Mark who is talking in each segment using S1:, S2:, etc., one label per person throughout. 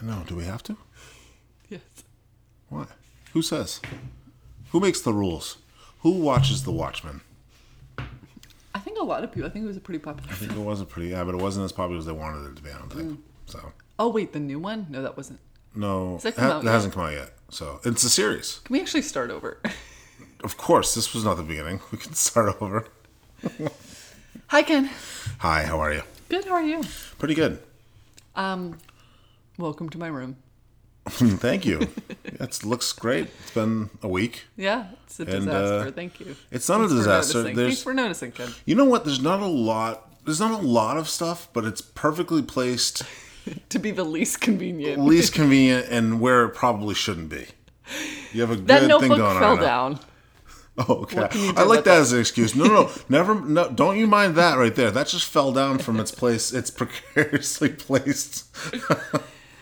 S1: I know. Do we have to?
S2: Yes.
S1: Why? Who says? Who makes the rules? Who watches The Watchmen?
S2: I think a lot of people. I think it was a pretty popular.
S1: I think it wasn't pretty, yeah, but it wasn't as popular as they wanted it to be. I don't think so.
S2: Oh wait, the new one? No, that wasn't.
S1: No,
S2: that
S1: it,
S2: come
S1: ha-
S2: out
S1: it
S2: yet?
S1: hasn't come out yet. So it's a series.
S2: Can we actually start over?
S1: Of course, this was not the beginning. We can start over.
S2: Hi Ken.
S1: Hi, how are you?
S2: Good. How are you?
S1: Pretty good.
S2: Um, welcome to my room.
S1: Thank you. It looks great. It's been a week.
S2: Yeah, it's a
S1: uh,
S2: disaster. Thank you.
S1: It's not a
S2: Thanks for
S1: disaster.
S2: noticing.
S1: There's-
S2: Thanks for noticing, Ken.
S1: You know what? There's not a lot. There's not a lot of stuff, but it's perfectly placed,
S2: To be the least convenient.
S1: least convenient, and where it probably shouldn't be. You have a
S2: that
S1: good thing
S2: notebook
S1: going on.
S2: fell
S1: right now.
S2: down.
S1: Oh, okay.
S2: can you do
S1: I like
S2: about
S1: that as an excuse. No, no, no. never. No, don't you mind that right there. That just fell down from its place. It's precariously placed.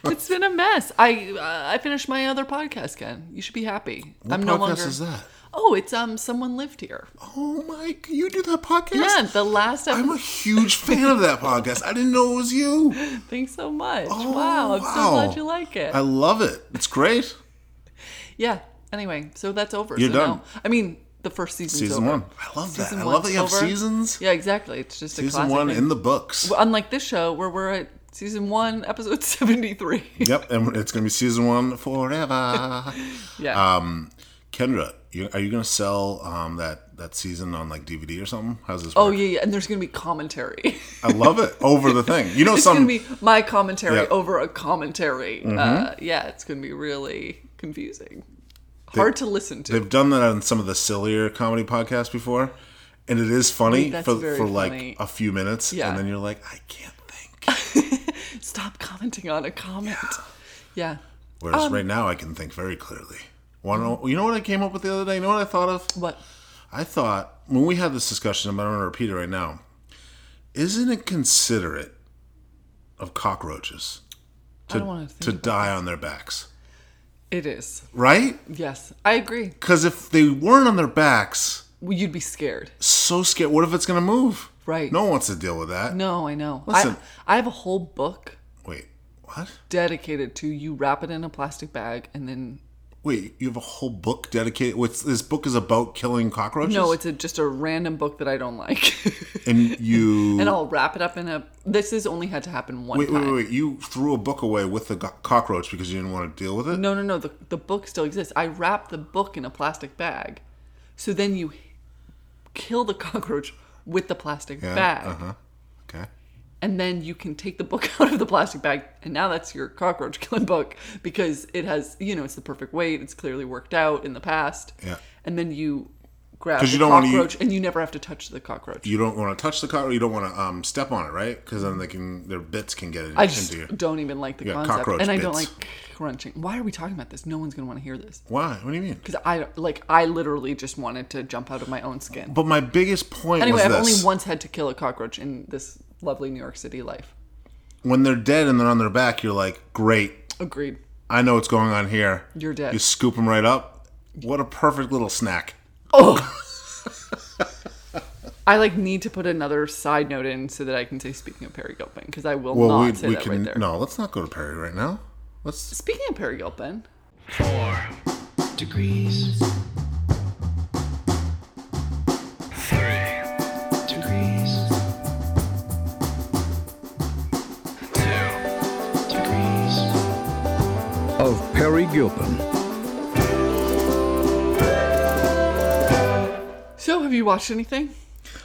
S2: It's been a mess. I uh, I finished my other podcast, Ken. You should be happy. I'm
S1: podcast
S2: no longer.
S1: is that?
S2: Oh, it's um someone lived here.
S1: Oh my! You do that podcast?
S2: Yeah, the last
S1: I'm
S2: episode.
S1: a huge fan of that podcast. I didn't know it was you.
S2: Thanks so much.
S1: Oh,
S2: wow, I'm so
S1: wow.
S2: glad you like it.
S1: I love it. It's great.
S2: Yeah. Anyway, so that's over.
S1: You're
S2: so
S1: done.
S2: Now, I mean, the first season's
S1: Season
S2: over.
S1: one. I love that.
S2: Season
S1: I
S2: one's
S1: love that you have
S2: over.
S1: seasons.
S2: Yeah, exactly. It's just a
S1: Season
S2: classic
S1: one
S2: thing.
S1: in the books.
S2: Unlike this show, where we're at season one, episode seventy-three.
S1: Yep, and it's gonna be season one forever.
S2: yeah.
S1: um, Kendra, you, are you gonna sell um, that that season on like DVD or something? How's this?
S2: oh
S1: work?
S2: yeah, yeah, and there's gonna be commentary.
S1: I love it over the thing. You know,
S2: it's
S1: some
S2: gonna be my commentary
S1: Yeah. Mm-hmm.
S2: over a commentary. Uh, yeah, it's gonna be really confusing, hard to listen to.
S1: they've done that on some of the sillier comedy podcasts before, and it is funny
S2: that's
S1: for
S2: very
S1: for like
S2: funny.
S1: a few minutes,
S2: Yeah.
S1: and then you're like, I can't think.
S2: Stop commenting on a comment. Yeah.
S1: Whereas
S2: Um,
S1: right now, I can think very clearly. One, you know what I came up with the other day? You know what I thought of?
S2: What?
S1: I thought when we had this discussion, I'm going to repeat it right now. Isn't it considerate of cockroaches
S2: I don't want to
S1: to
S2: think.
S1: die on their backs?
S2: it is.
S1: Right?
S2: Yes, I agree.
S1: Because if they weren't on their backs,
S2: Well, You'd be scared.
S1: so scared. What if it's going to move?
S2: Right.
S1: No one wants to deal with that.
S2: No, I know.
S1: Listen.
S2: I, I have a whole book
S1: Wait, what?
S2: dedicated to you wrap it in a plastic bag and then
S1: Wait, you have a whole book dedicated. What's this book is about killing cockroaches?
S2: no, it's a, just a random book that I don't like,
S1: and you.
S2: and I'll wrap it up in a. This has only had to happen one
S1: wait,
S2: time.
S1: wait, wait, wait! You threw a book away with the go- cockroach because you didn't want to deal with it.
S2: No, no, no. The the book still exists. I wrap the book in a plastic bag, so then you kill the cockroach with the plastic bag,
S1: Uh huh. Okay.
S2: and then you can take the book out of the plastic bag, and now that's your cockroach killing book because it has you know it's the perfect weight. It's clearly worked out in the past.
S1: Yeah.
S2: And then you grab
S1: 'Cause
S2: the
S1: you don't wanna
S2: cockroach, and you never have to touch the cockroach.
S1: you don't want to touch the cockroach. You don't want to um, step on it, right? Because then they can their bits can get in,
S2: I just
S1: into you.
S2: don't even like the
S1: Yeah,
S2: concept,
S1: cockroach
S2: and I don't
S1: bits.
S2: like crunching. Why are we talking about this? No one's gonna want to hear this.
S1: Why? What do you mean?
S2: Because I like I literally just wanted to jump out of my own skin.
S1: But my biggest point was
S2: Anyway, I've
S1: this:
S2: only once had to kill a cockroach in this lovely New York City life.
S1: when they're dead and they're on their back, you're like, "Great,
S2: Agreed.
S1: I know what's going on here."
S2: You're dead.
S1: You scoop them right up. What a perfect little snack.
S2: Oh. I like need to put another side note in so that I can say speaking of Perry Gilpin because I will
S1: Well,
S2: not
S1: we,
S2: say
S1: we
S2: that
S1: can
S2: right there.
S1: no. Let's not go to Perry right now. Let's.
S2: Speaking of Perry Gilpin,
S3: four degrees, three degrees, two degrees,
S4: of Perry Gilpin.
S2: so have you watched anything?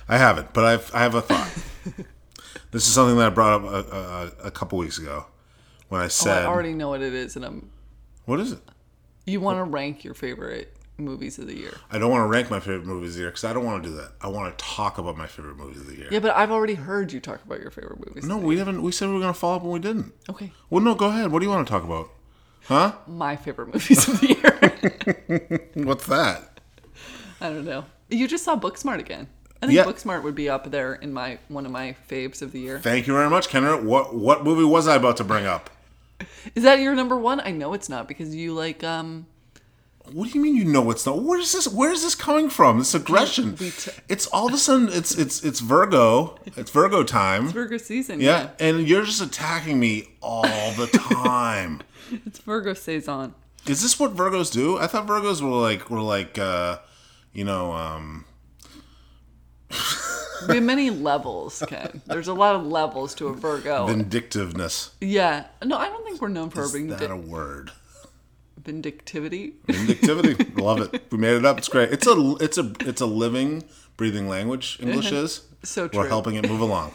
S1: I haven't, but I've I have a thought. this is something that I brought up a, a, a couple weeks ago when I
S2: Oh, I
S1: said,
S2: already know what it is, and I'm.
S1: "What is it?"
S2: You want to rank your favorite movies of the year?
S1: I don't want to rank my favorite movies of the year because I don't want to do that. I want to talk about my favorite movies of the year.
S2: Yeah, but I've already heard you talk about your favorite movies.
S1: No, we haven't. We said we were going to follow up, and we didn't.
S2: Okay,
S1: Well, no, go ahead. What do you want to talk about?
S2: my favorite movies of the year.
S1: What's that?
S2: I don't know. You just saw Booksmart again. I think
S1: Yeah.
S2: Booksmart would be up there in my one of my faves of the year.
S1: Thank you very much, Kendra. What what movie was I about to bring up?
S2: Is that your number one? I know it's not because you like um
S1: What do you mean you know it's not? Where is this? Where is this coming from? This aggression.
S2: We t-
S1: it's all of a sudden. It's it's it's Virgo. It's Virgo time.
S2: Virgo season.
S1: yeah, and you're just attacking me all the time.
S2: It's Virgo saison.
S1: Is this what Virgos do? I thought Virgos were like were like uh you know um
S2: There are many levels, Ken. There's a lot of levels to a Virgo.
S1: vindictiveness.
S2: yeah. No, I don't think we're known for our
S1: Is that
S2: vindi-
S1: a word?
S2: vindictivity.
S1: Vindictivity. Love it. We made it up. It's great. It's a it's a it's a living, breathing language. English is.
S2: Uh-huh. So
S1: We're
S2: true. Um,
S1: helping it move along.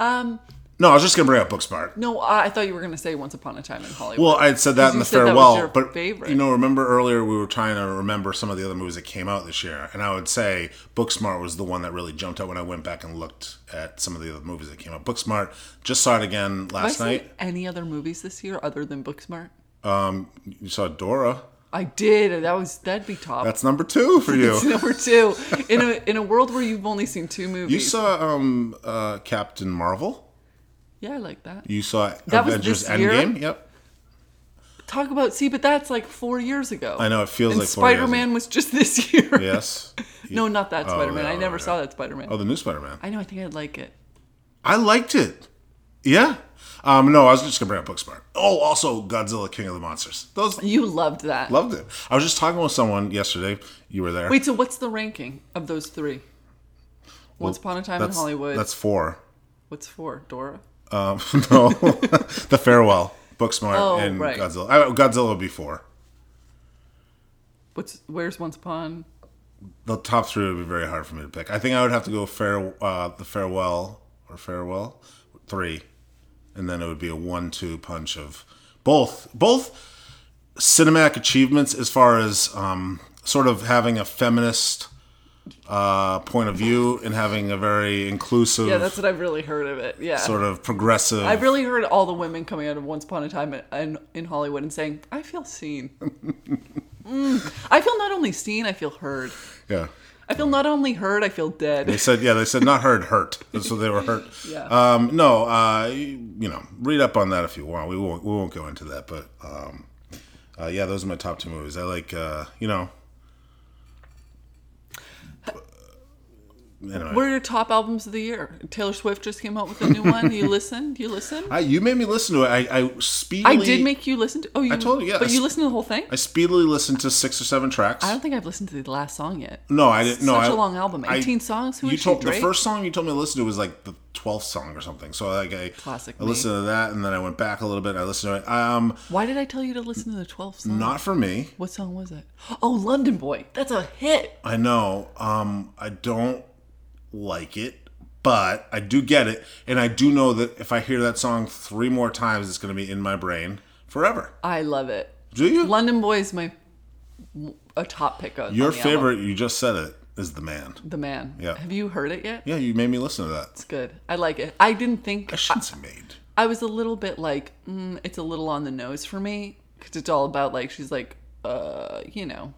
S1: um No, I was just gonna bring up Booksmart.
S2: No, I I thought you were going to say Once Upon a Time in Hollywood.
S1: Well, I had said that in
S2: you
S1: the
S2: said that was
S1: farewell,
S2: your
S1: but
S2: favorite.
S1: you know, remember earlier we were trying to remember some of the other movies that came out this year, and I would say Booksmart was the one that really jumped out when I went back and looked at some of the other movies that came out. Booksmart just saw it again
S2: Have I
S1: last
S2: seen
S1: night.
S2: any other movies this year other than Booksmart?
S1: You saw Dora.
S2: I did. and That was that'd be top.
S1: That's number two for
S2: It's
S1: you.
S2: number two in a in a world where you've only seen two movies.
S1: You saw um, uh, Captain Marvel.
S2: yeah, I like that.
S1: You saw
S2: That was
S1: Avengers
S2: this year?
S1: Endgame. Yep.
S2: Talk about see, but that's like four years ago.
S1: I know it feels
S2: And
S1: like four years ago.
S2: Spider Man was just this year.
S1: Yes. Oh,
S2: No, not that Spider Man.
S1: yeah,
S2: I never
S1: yeah.
S2: saw that Spider Man.
S1: Oh, the new Spider-Man.
S2: I know. I think I'd like it.
S1: I liked it. Yeah. Um, no, I was just gonna bring up Booksmart. Oh, also Godzilla King of the Monsters. Those
S2: You loved that.
S1: loved it. I was just talking with someone yesterday. You were there.
S2: Wait, so what's the ranking of those three? Once Upon a Time in
S1: That's-
S2: Hollywood.
S1: That's four.
S2: What's four? Dora.
S1: Um, no, the farewell, Booksmart,
S2: Oh,
S1: and
S2: right.
S1: Godzilla. I, Godzilla would be four.
S2: What's where's Once Upon?
S1: The top three would be very hard for me to pick. I think I would have to go fare, uh, the farewell or farewell three, and then it would be a one-two punch of both both cinematic achievements as far as um, sort of having a feminist uh, point of view and having a very inclusive
S2: Yeah, that's what I've really heard of it. Yeah.
S1: sort of progressive.
S2: I've really heard all the women coming out of Once Upon a Time in, in Hollywood and saying, I feel seen. Mm. I feel not only seen, I feel heard.
S1: yeah.
S2: I feel not only heard, I feel
S1: They
S2: dead.
S1: said, yeah, they said not heard, hurt. So they were hurt.
S2: Yeah.
S1: Um, no, uh, you know, read up on that if you want. We won't, we won't go into that, but um, uh, yeah, those are my top two movies. I like, uh, you know, anyway.
S2: What are your top albums of the year? Taylor Swift just came out with a new one. You listened? You listened? I,
S1: I, you made me listen to it. I, I speedily,
S2: did make you listen to Oh, you I
S1: told you, yeah.
S2: But you listened to the whole thing?
S1: I speedily listened to six or seven tracks.
S2: I don't think I've listened to the last song yet.
S1: no, I didn't. No,
S2: Such
S1: I-
S2: a long album.
S1: I-
S2: 18 songs? Who
S1: you
S2: is she,
S1: told the
S2: Drake?
S1: first song you told me to listen to was like the twelfth song or something. So like I,
S2: Classic
S1: I
S2: me.
S1: listened to that, and then I went back a little bit. and I listened to it. Um,
S2: Why did I tell you to listen to the 12th song?
S1: not for me.
S2: what song was it? Oh, London Boy. That's a hit.
S1: I know. Um, I don't like it, but I do get it, and I do know that if I hear that song three more times, it's going to be in my brain forever.
S2: I love it.
S1: Do you?
S2: London Boy is my a top pick on
S1: Your
S2: on the album.
S1: favorite, you just said it, is the man.
S2: The Man.
S1: Yeah.
S2: Have you heard it yet?
S1: Yeah, you made me listen to that.
S2: It's good. I like it. I didn't think
S1: I
S2: I,
S1: shouldn't have made.
S2: I was a little bit like mm, it's a little on the nose for me because it's all about like she's like uh you know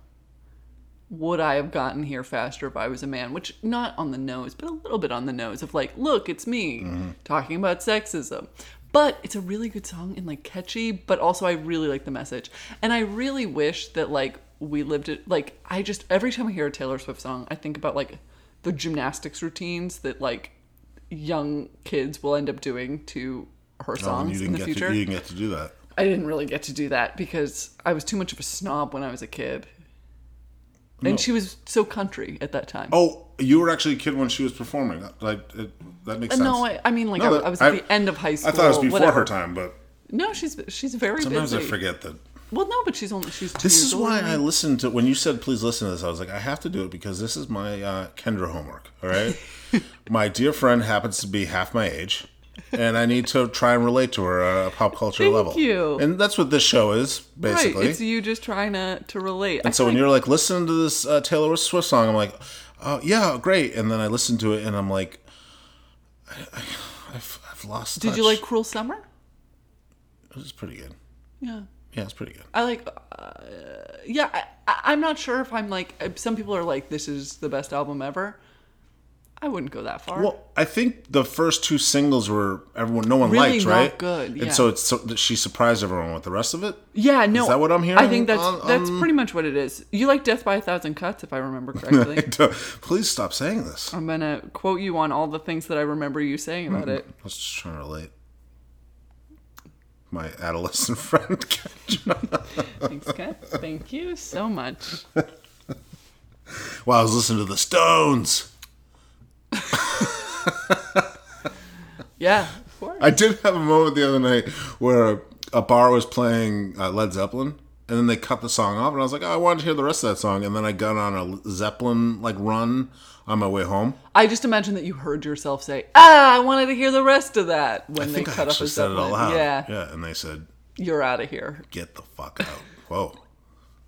S2: would I have gotten here faster if I was a man? Which not on the nose, but a little bit on the nose of like look it's me
S1: Mm-hmm.
S2: talking about sexism. But it's a really good song and like catchy, but also I really like the message. And I really wish that like we lived it like I just every time I hear a Taylor Swift song, I think about like the gymnastics routines that like young kids will end up doing to
S1: Oh,
S2: her
S1: and
S2: songs
S1: you didn't
S2: in the
S1: get
S2: future.
S1: to. You didn't get to do that.
S2: I didn't really get to do that because I was too much of a snob when I was a kid. And she was so country at that time.
S1: Oh, you were actually a kid when she was performing. Like it, that makes
S2: Uh,
S1: sense.
S2: no, I, I mean like
S1: No,
S2: I,
S1: that-
S2: I was at
S1: I-
S2: the end of high
S1: I
S2: school.
S1: thought it was before
S2: whatever.
S1: her time, but
S2: No, she's she's very
S1: sometimes
S2: busy.
S1: I forget that.
S2: Well, no, but she's only she's two
S1: This
S2: years
S1: is
S2: older
S1: why
S2: than
S1: I
S2: me.
S1: listened to when you said please listen to this. I was like, I have to do it because this is my uh, Kendra homework. All right, my dear friend happens to be half my age, and I need to try and relate to her on a pop culture
S2: Thank
S1: level.
S2: you.
S1: And that's what this show is basically.
S2: Right, it's you just trying to to relate. I
S1: and so
S2: feel
S1: when
S2: like-
S1: you're like listening to this uh, Taylor Swift song, I'm like, uh, yeah, great. And then I listen to it, and I'm like, I, I, I've, I've lost.
S2: did you
S1: touch.
S2: like Cruel Summer?
S1: It was pretty good.
S2: Yeah.
S1: Yeah, it's pretty good.
S2: I like, uh, yeah, I, I- I'm not sure if I'm like, some people are like, this is the best album ever. I wouldn't go that far.
S1: Well, I think the first two singles were everyone no one
S2: Really
S1: liked,
S2: not
S1: right?
S2: good, yeah.
S1: And so it's so, she surprised everyone with the rest of it.
S2: yeah, no.
S1: that what I'm
S2: I
S1: hearing Um,
S2: think that's
S1: on-
S2: that's
S1: on-
S2: pretty much what it is. You like Death by a Thousand Cuts, if I remember correctly.
S1: Please stop saying this. I
S2: I'm gonna quote you on all the things that I remember you saying about it.
S1: was just trying to relate. My adolescent friend.
S2: Thanks, Kat. Thank you so much.
S1: well, I was listening to the Stones.
S2: Yeah, of course.
S1: I did have a moment the other night where a, a bar was playing uh, Led Zeppelin, and then they cut the song off, and I was like, oh, I wanted to hear the rest of that song, and then I got on a Zeppelin like run on my way home.
S2: I just imagine that you heard yourself say, "Ah, I wanted to hear the rest of that" when
S1: I
S2: they
S1: think I
S2: cut off
S1: actually
S2: a
S1: said it out
S2: Zeppelin.
S1: loud.
S2: Yeah,
S1: yeah, and they said,
S2: you're out of here.
S1: get the fuck out. Whoa.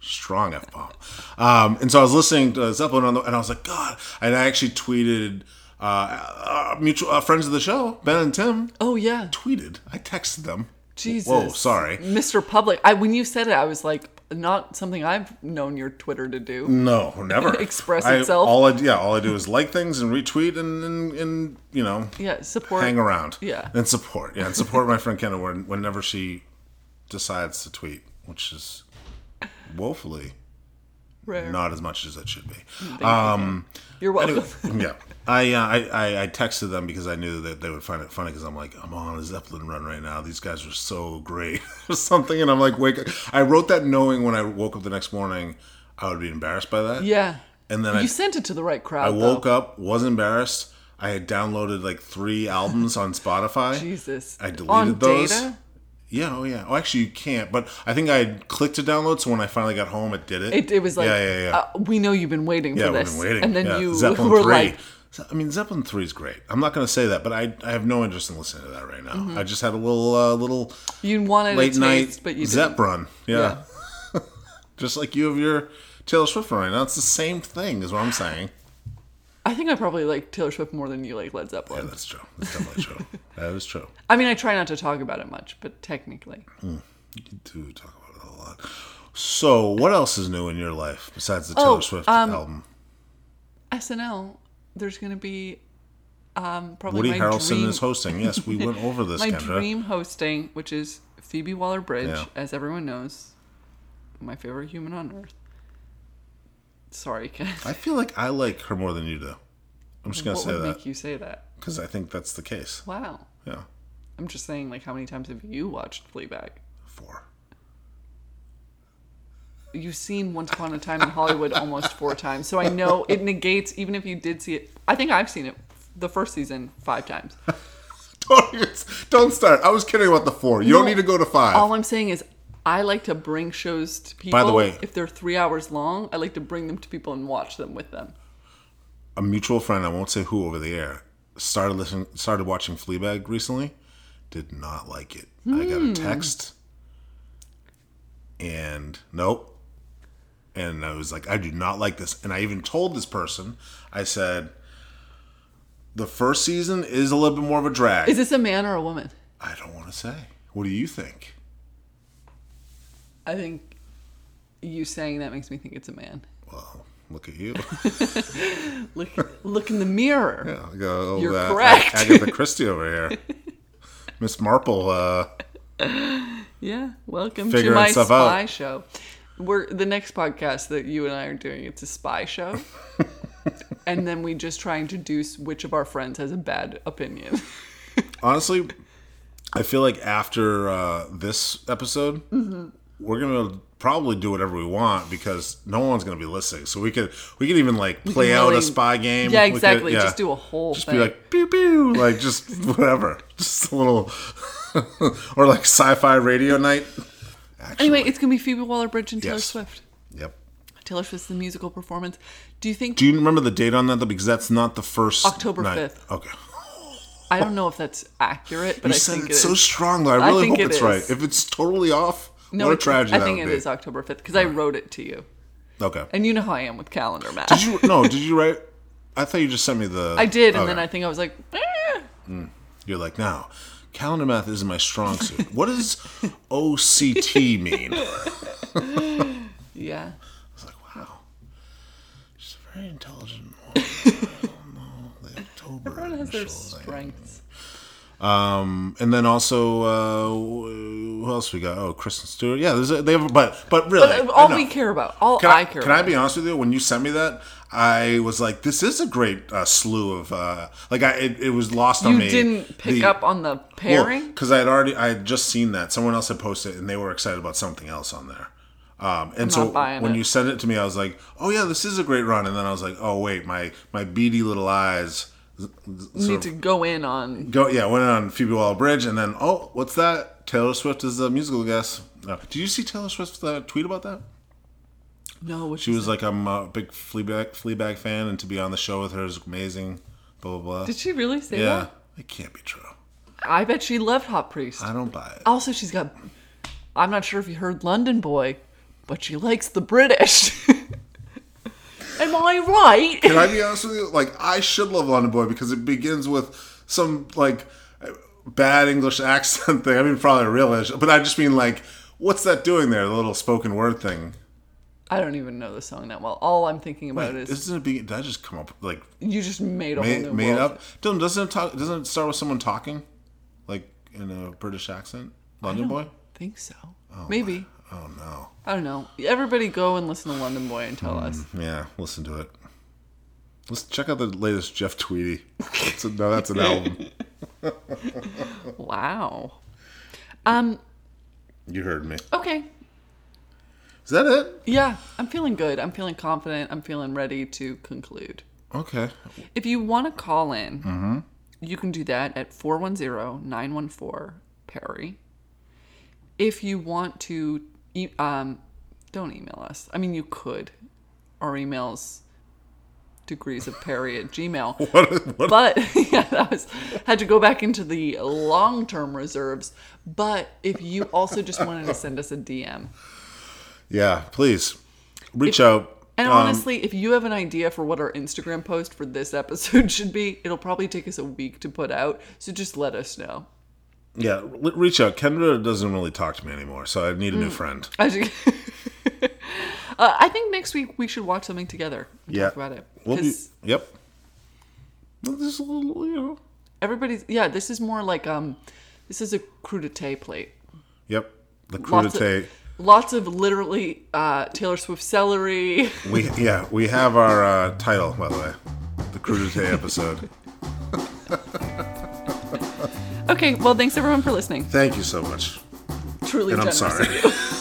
S1: Strong F bomb. Um, and so I was listening to Zeppelin on the, and I was like, God. And I actually tweeted, uh, uh, mutual uh, friends of the show, Ben and Tim,
S2: Oh yeah,
S1: tweeted. I texted them.
S2: Jesus.
S1: Whoa, sorry.
S2: Mr. Public. I when you said it, I was like, not something I've known your Twitter to do.
S1: No, never.
S2: Express
S1: I-
S2: itself.
S1: All I, yeah, all I do is like things and retweet and, and, and you know,
S2: Yeah, support.
S1: hang around.
S2: Yeah.
S1: And support. Yeah, and support my friend Kendall when- whenever she decides to tweet, which is woefully
S2: Rare.
S1: not as much as it should be. Um,
S2: You're welcome.
S1: Anyway, yeah. I, uh, I, I I texted them because I knew that they would find it funny because I'm like I'm on a Zeppelin run right now. These guys are so great or something, and I'm like wake. up. I wrote that knowing when I woke up the next morning I would be embarrassed by that.
S2: Yeah.
S1: And then I,
S2: you sent it to the right crowd.
S1: I woke up, was embarrassed. I had downloaded like three albums on Spotify.
S2: Jesus.
S1: I deleted
S2: On
S1: those.
S2: data?
S1: Yeah, oh yeah. Oh, actually, you can't. But I think I had clicked to download, so when I finally got home, it did it.
S2: It, it was like,
S1: yeah, yeah, yeah.
S2: Uh, we know you've been waiting
S1: Yeah,
S2: for
S1: we've
S2: this.
S1: been waiting.
S2: And then
S1: Yeah,
S2: you
S1: Zeppelin
S2: were
S1: three.
S2: like,
S1: So, I mean, Zeppelin three is great. I'm not going to say that, but I, I have no interest in listening to that right now. I just had a little uh, little
S2: you wanted
S1: late
S2: Mm-hmm. a
S1: night
S2: taste, but you
S1: Zep
S2: didn't.
S1: run. Yeah, just like you have your Taylor Swift run right now. It's the same thing, is what I'm saying.
S2: I think I probably like Taylor Swift more than you like Led Zeppelin.
S1: Yeah, that's true. That's definitely true. That is true.
S2: I mean, I try not to talk about it much, but technically.
S1: You do talk about it a lot. So, what else is new in your life besides the Taylor
S2: Oh,
S1: Swift
S2: um,
S1: album?
S2: SNL, there's going to be um, probably
S1: Woody
S2: my
S1: Harrelson
S2: dream,
S1: is hosting. Yes, we went over this,
S2: my
S1: Kendra.
S2: dream hosting, which is Phoebe Waller Bridge,
S1: Yeah.
S2: as everyone knows, my favorite human on earth. Sorry, Ken.
S1: I feel like I like her more than you do. I'm just gonna
S2: What
S1: say
S2: would
S1: that.
S2: make you say that?
S1: because I think that's the case.
S2: Wow.
S1: Yeah,
S2: I'm just saying, like, how many times have you watched Fleabag?
S1: four.
S2: You've seen Once Upon a Time in Hollywood almost four times, so I know it negates. Even if you did see it, I think I've seen it the first season five times.
S1: Don't, it's- don't start. I was kidding about the four. You don't
S2: No.
S1: need to go to five.
S2: All I'm saying is, I like to bring shows to people.
S1: By the way-
S2: if they're three hours long, I like to bring them to people and watch them with them.
S1: a mutual friend, I won't say who over the air, started listening, started watching Fleabag recently. Did not like it. I got
S2: Hmm.
S1: a text, and nope. And I was like, I do not like this. And I even told this person, I said, the first season is a little bit more of a drag.
S2: Is this a man or a woman?
S1: I don't want to say. What do you think?
S2: I think you saying that makes me think it's a man.
S1: Well, look at you.
S2: Look, look in the mirror.
S1: Yeah, I go,
S2: You're
S1: uh,
S2: correct.
S1: Ag- Agatha Christie over here. Miss Marple. Uh,
S2: Yeah, welcome to
S1: Figuring
S2: my
S1: stuff out.
S2: spy show. We're the next podcast that you and I are doing. It's a spy show, and then we just try and deduce which of our friends has a bad opinion.
S1: honestly, I feel like after uh, this episode,
S2: Mm-hmm.
S1: we're gonna probably do whatever we want because no one's gonna be listening. So we could we could even like play
S2: can
S1: out
S2: really-
S1: a spy game.
S2: yeah,
S1: We could-
S2: exactly.
S1: yeah.
S2: Just do a whole
S1: Just
S2: thing.
S1: be like pew pew, like just whatever, just a little, or like sci-fi radio night. Actually,
S2: anyway, it's gonna be Phoebe Waller-Bridge and Taylor
S1: Yes.
S2: Swift.
S1: yep.
S2: Taylor Swift's the musical performance. Do you think?
S1: Do you remember the date on that though? Because that's not the first
S2: October
S1: night.
S2: 5th.
S1: Okay.
S2: I don't know if that's accurate, but
S1: You
S2: I
S1: said
S2: think
S1: it's
S2: it
S1: so
S2: is.
S1: strong though. I
S2: I
S1: really
S2: think
S1: hope
S2: it
S1: it's
S2: is.
S1: right. If it's totally off, what a
S2: it's-
S1: tragedy
S2: I
S1: that
S2: think
S1: would
S2: it is
S1: be.
S2: October fifth because I wrote it to you,
S1: Okay.
S2: and you know how I am with calendar math.
S1: Did you no? Did you write? I thought you just sent me the.
S2: I did, and
S1: okay.
S2: then I think I was like, eh.
S1: You're like now. Calendar math isn't my strong suit. What does OCT mean? I
S2: yeah.
S1: was like, wow, she's a very intelligent. woman. I don't know.
S2: has their
S1: Sure.
S2: strengths.
S1: Um, and then also, uh, wh- who else we got? Oh, Kristen Stewart. Yeah, there's a, they have, but but really,
S2: But uh, all we
S1: enough.
S2: care about, all
S1: Can
S2: I,
S1: I,
S2: care
S1: can
S2: about.
S1: I be honest with you? When you sent me that, I was like, "This is a great uh, slew of uh, like I it, it was lost on
S2: you
S1: me."
S2: didn't pick up on the pairing?
S1: because I had already I had just seen that someone else had posted it and they were excited about something else on there. Um, and so
S2: not buying
S1: when
S2: it.
S1: you sent it to me, I was like, "Oh yeah, this is a great run." And then I was like, "Oh wait, my my beady little eyes." z- z-
S2: you
S1: sort
S2: need
S1: of
S2: to go in on.
S1: go yeah went on phoebe waller bridge and then oh what's that taylor swift is the musical guest no. did you see taylor swift's uh, tweet about that
S2: No, what
S1: she was like i'm a big fleabag, fleabag fan and to be on the show with her is amazing blah blah blah
S2: Did she really say
S1: yeah
S2: that?
S1: it can't be true
S2: I bet she loved Hot Priest.
S1: i don't buy it
S2: also, she's got. I'm not sure if you heard London Boy, but she likes the British. Am I right?
S1: can i be honest with you like i should love london boy because it begins with some like bad english accent thing i mean probably real english but i just mean like what's that doing there the little spoken word thing
S2: I don't even know the song that well. All I'm thinking about is
S1: isn't it be- did i just come up with, like
S2: you just made a whole
S1: made,
S2: new
S1: made
S2: world.
S1: up. Dylan, doesn't it talk, doesn't it start with someone talking, like in a British accent? London boy.
S2: think so. Maybe.
S1: Oh no.
S2: I don't know. Everybody go and listen to London Boy and tell
S1: Hmm.
S2: us.
S1: Yeah, listen to it. Let's check out the latest Jeff Tweedy. That's a- no, that's an album.
S2: Wow. Um.
S1: You heard me.
S2: Okay.
S1: Is that it?
S2: Yeah, I'm feeling good. I'm feeling confident. I'm feeling ready to conclude.
S1: Okay.
S2: If you want to call in, you can do that at 410 914 Perry. If you want to, e- um, don't email us. I mean, you could. Our email's degrees of Perry at Gmail.
S1: What? what
S2: But yeah, that was had to go back into the long term reserves. But if you also just wanted to send us a DM,
S1: yeah. Please reach out.
S2: And
S1: Um,
S2: honestly, if you have an idea for what our Instagram post for this episode should be, it'll probably take us a week to put out. So just let us know.
S1: yeah, re- reach out. Kendra doesn't really talk to me anymore, so I need a
S2: Mm.
S1: new friend.
S2: I think- Uh, I think next week we should watch something together and
S1: Yeah.
S2: talk about it.
S1: We'll be.
S2: 'Cause
S1: Yep. Well, this is a little, you know.
S2: everybody's yeah, this is more like um, this is a crudité plate.
S1: Yep. The
S2: Lots of-
S1: crudité.
S2: Lots of literally uh, Taylor Swift celery.
S1: We yeah, we have our uh, title by the way, the crudité episode.
S2: Okay, well thanks everyone for listening.
S1: Thank you so much,
S2: Truly
S1: and I'm
S2: generous.
S1: sorry.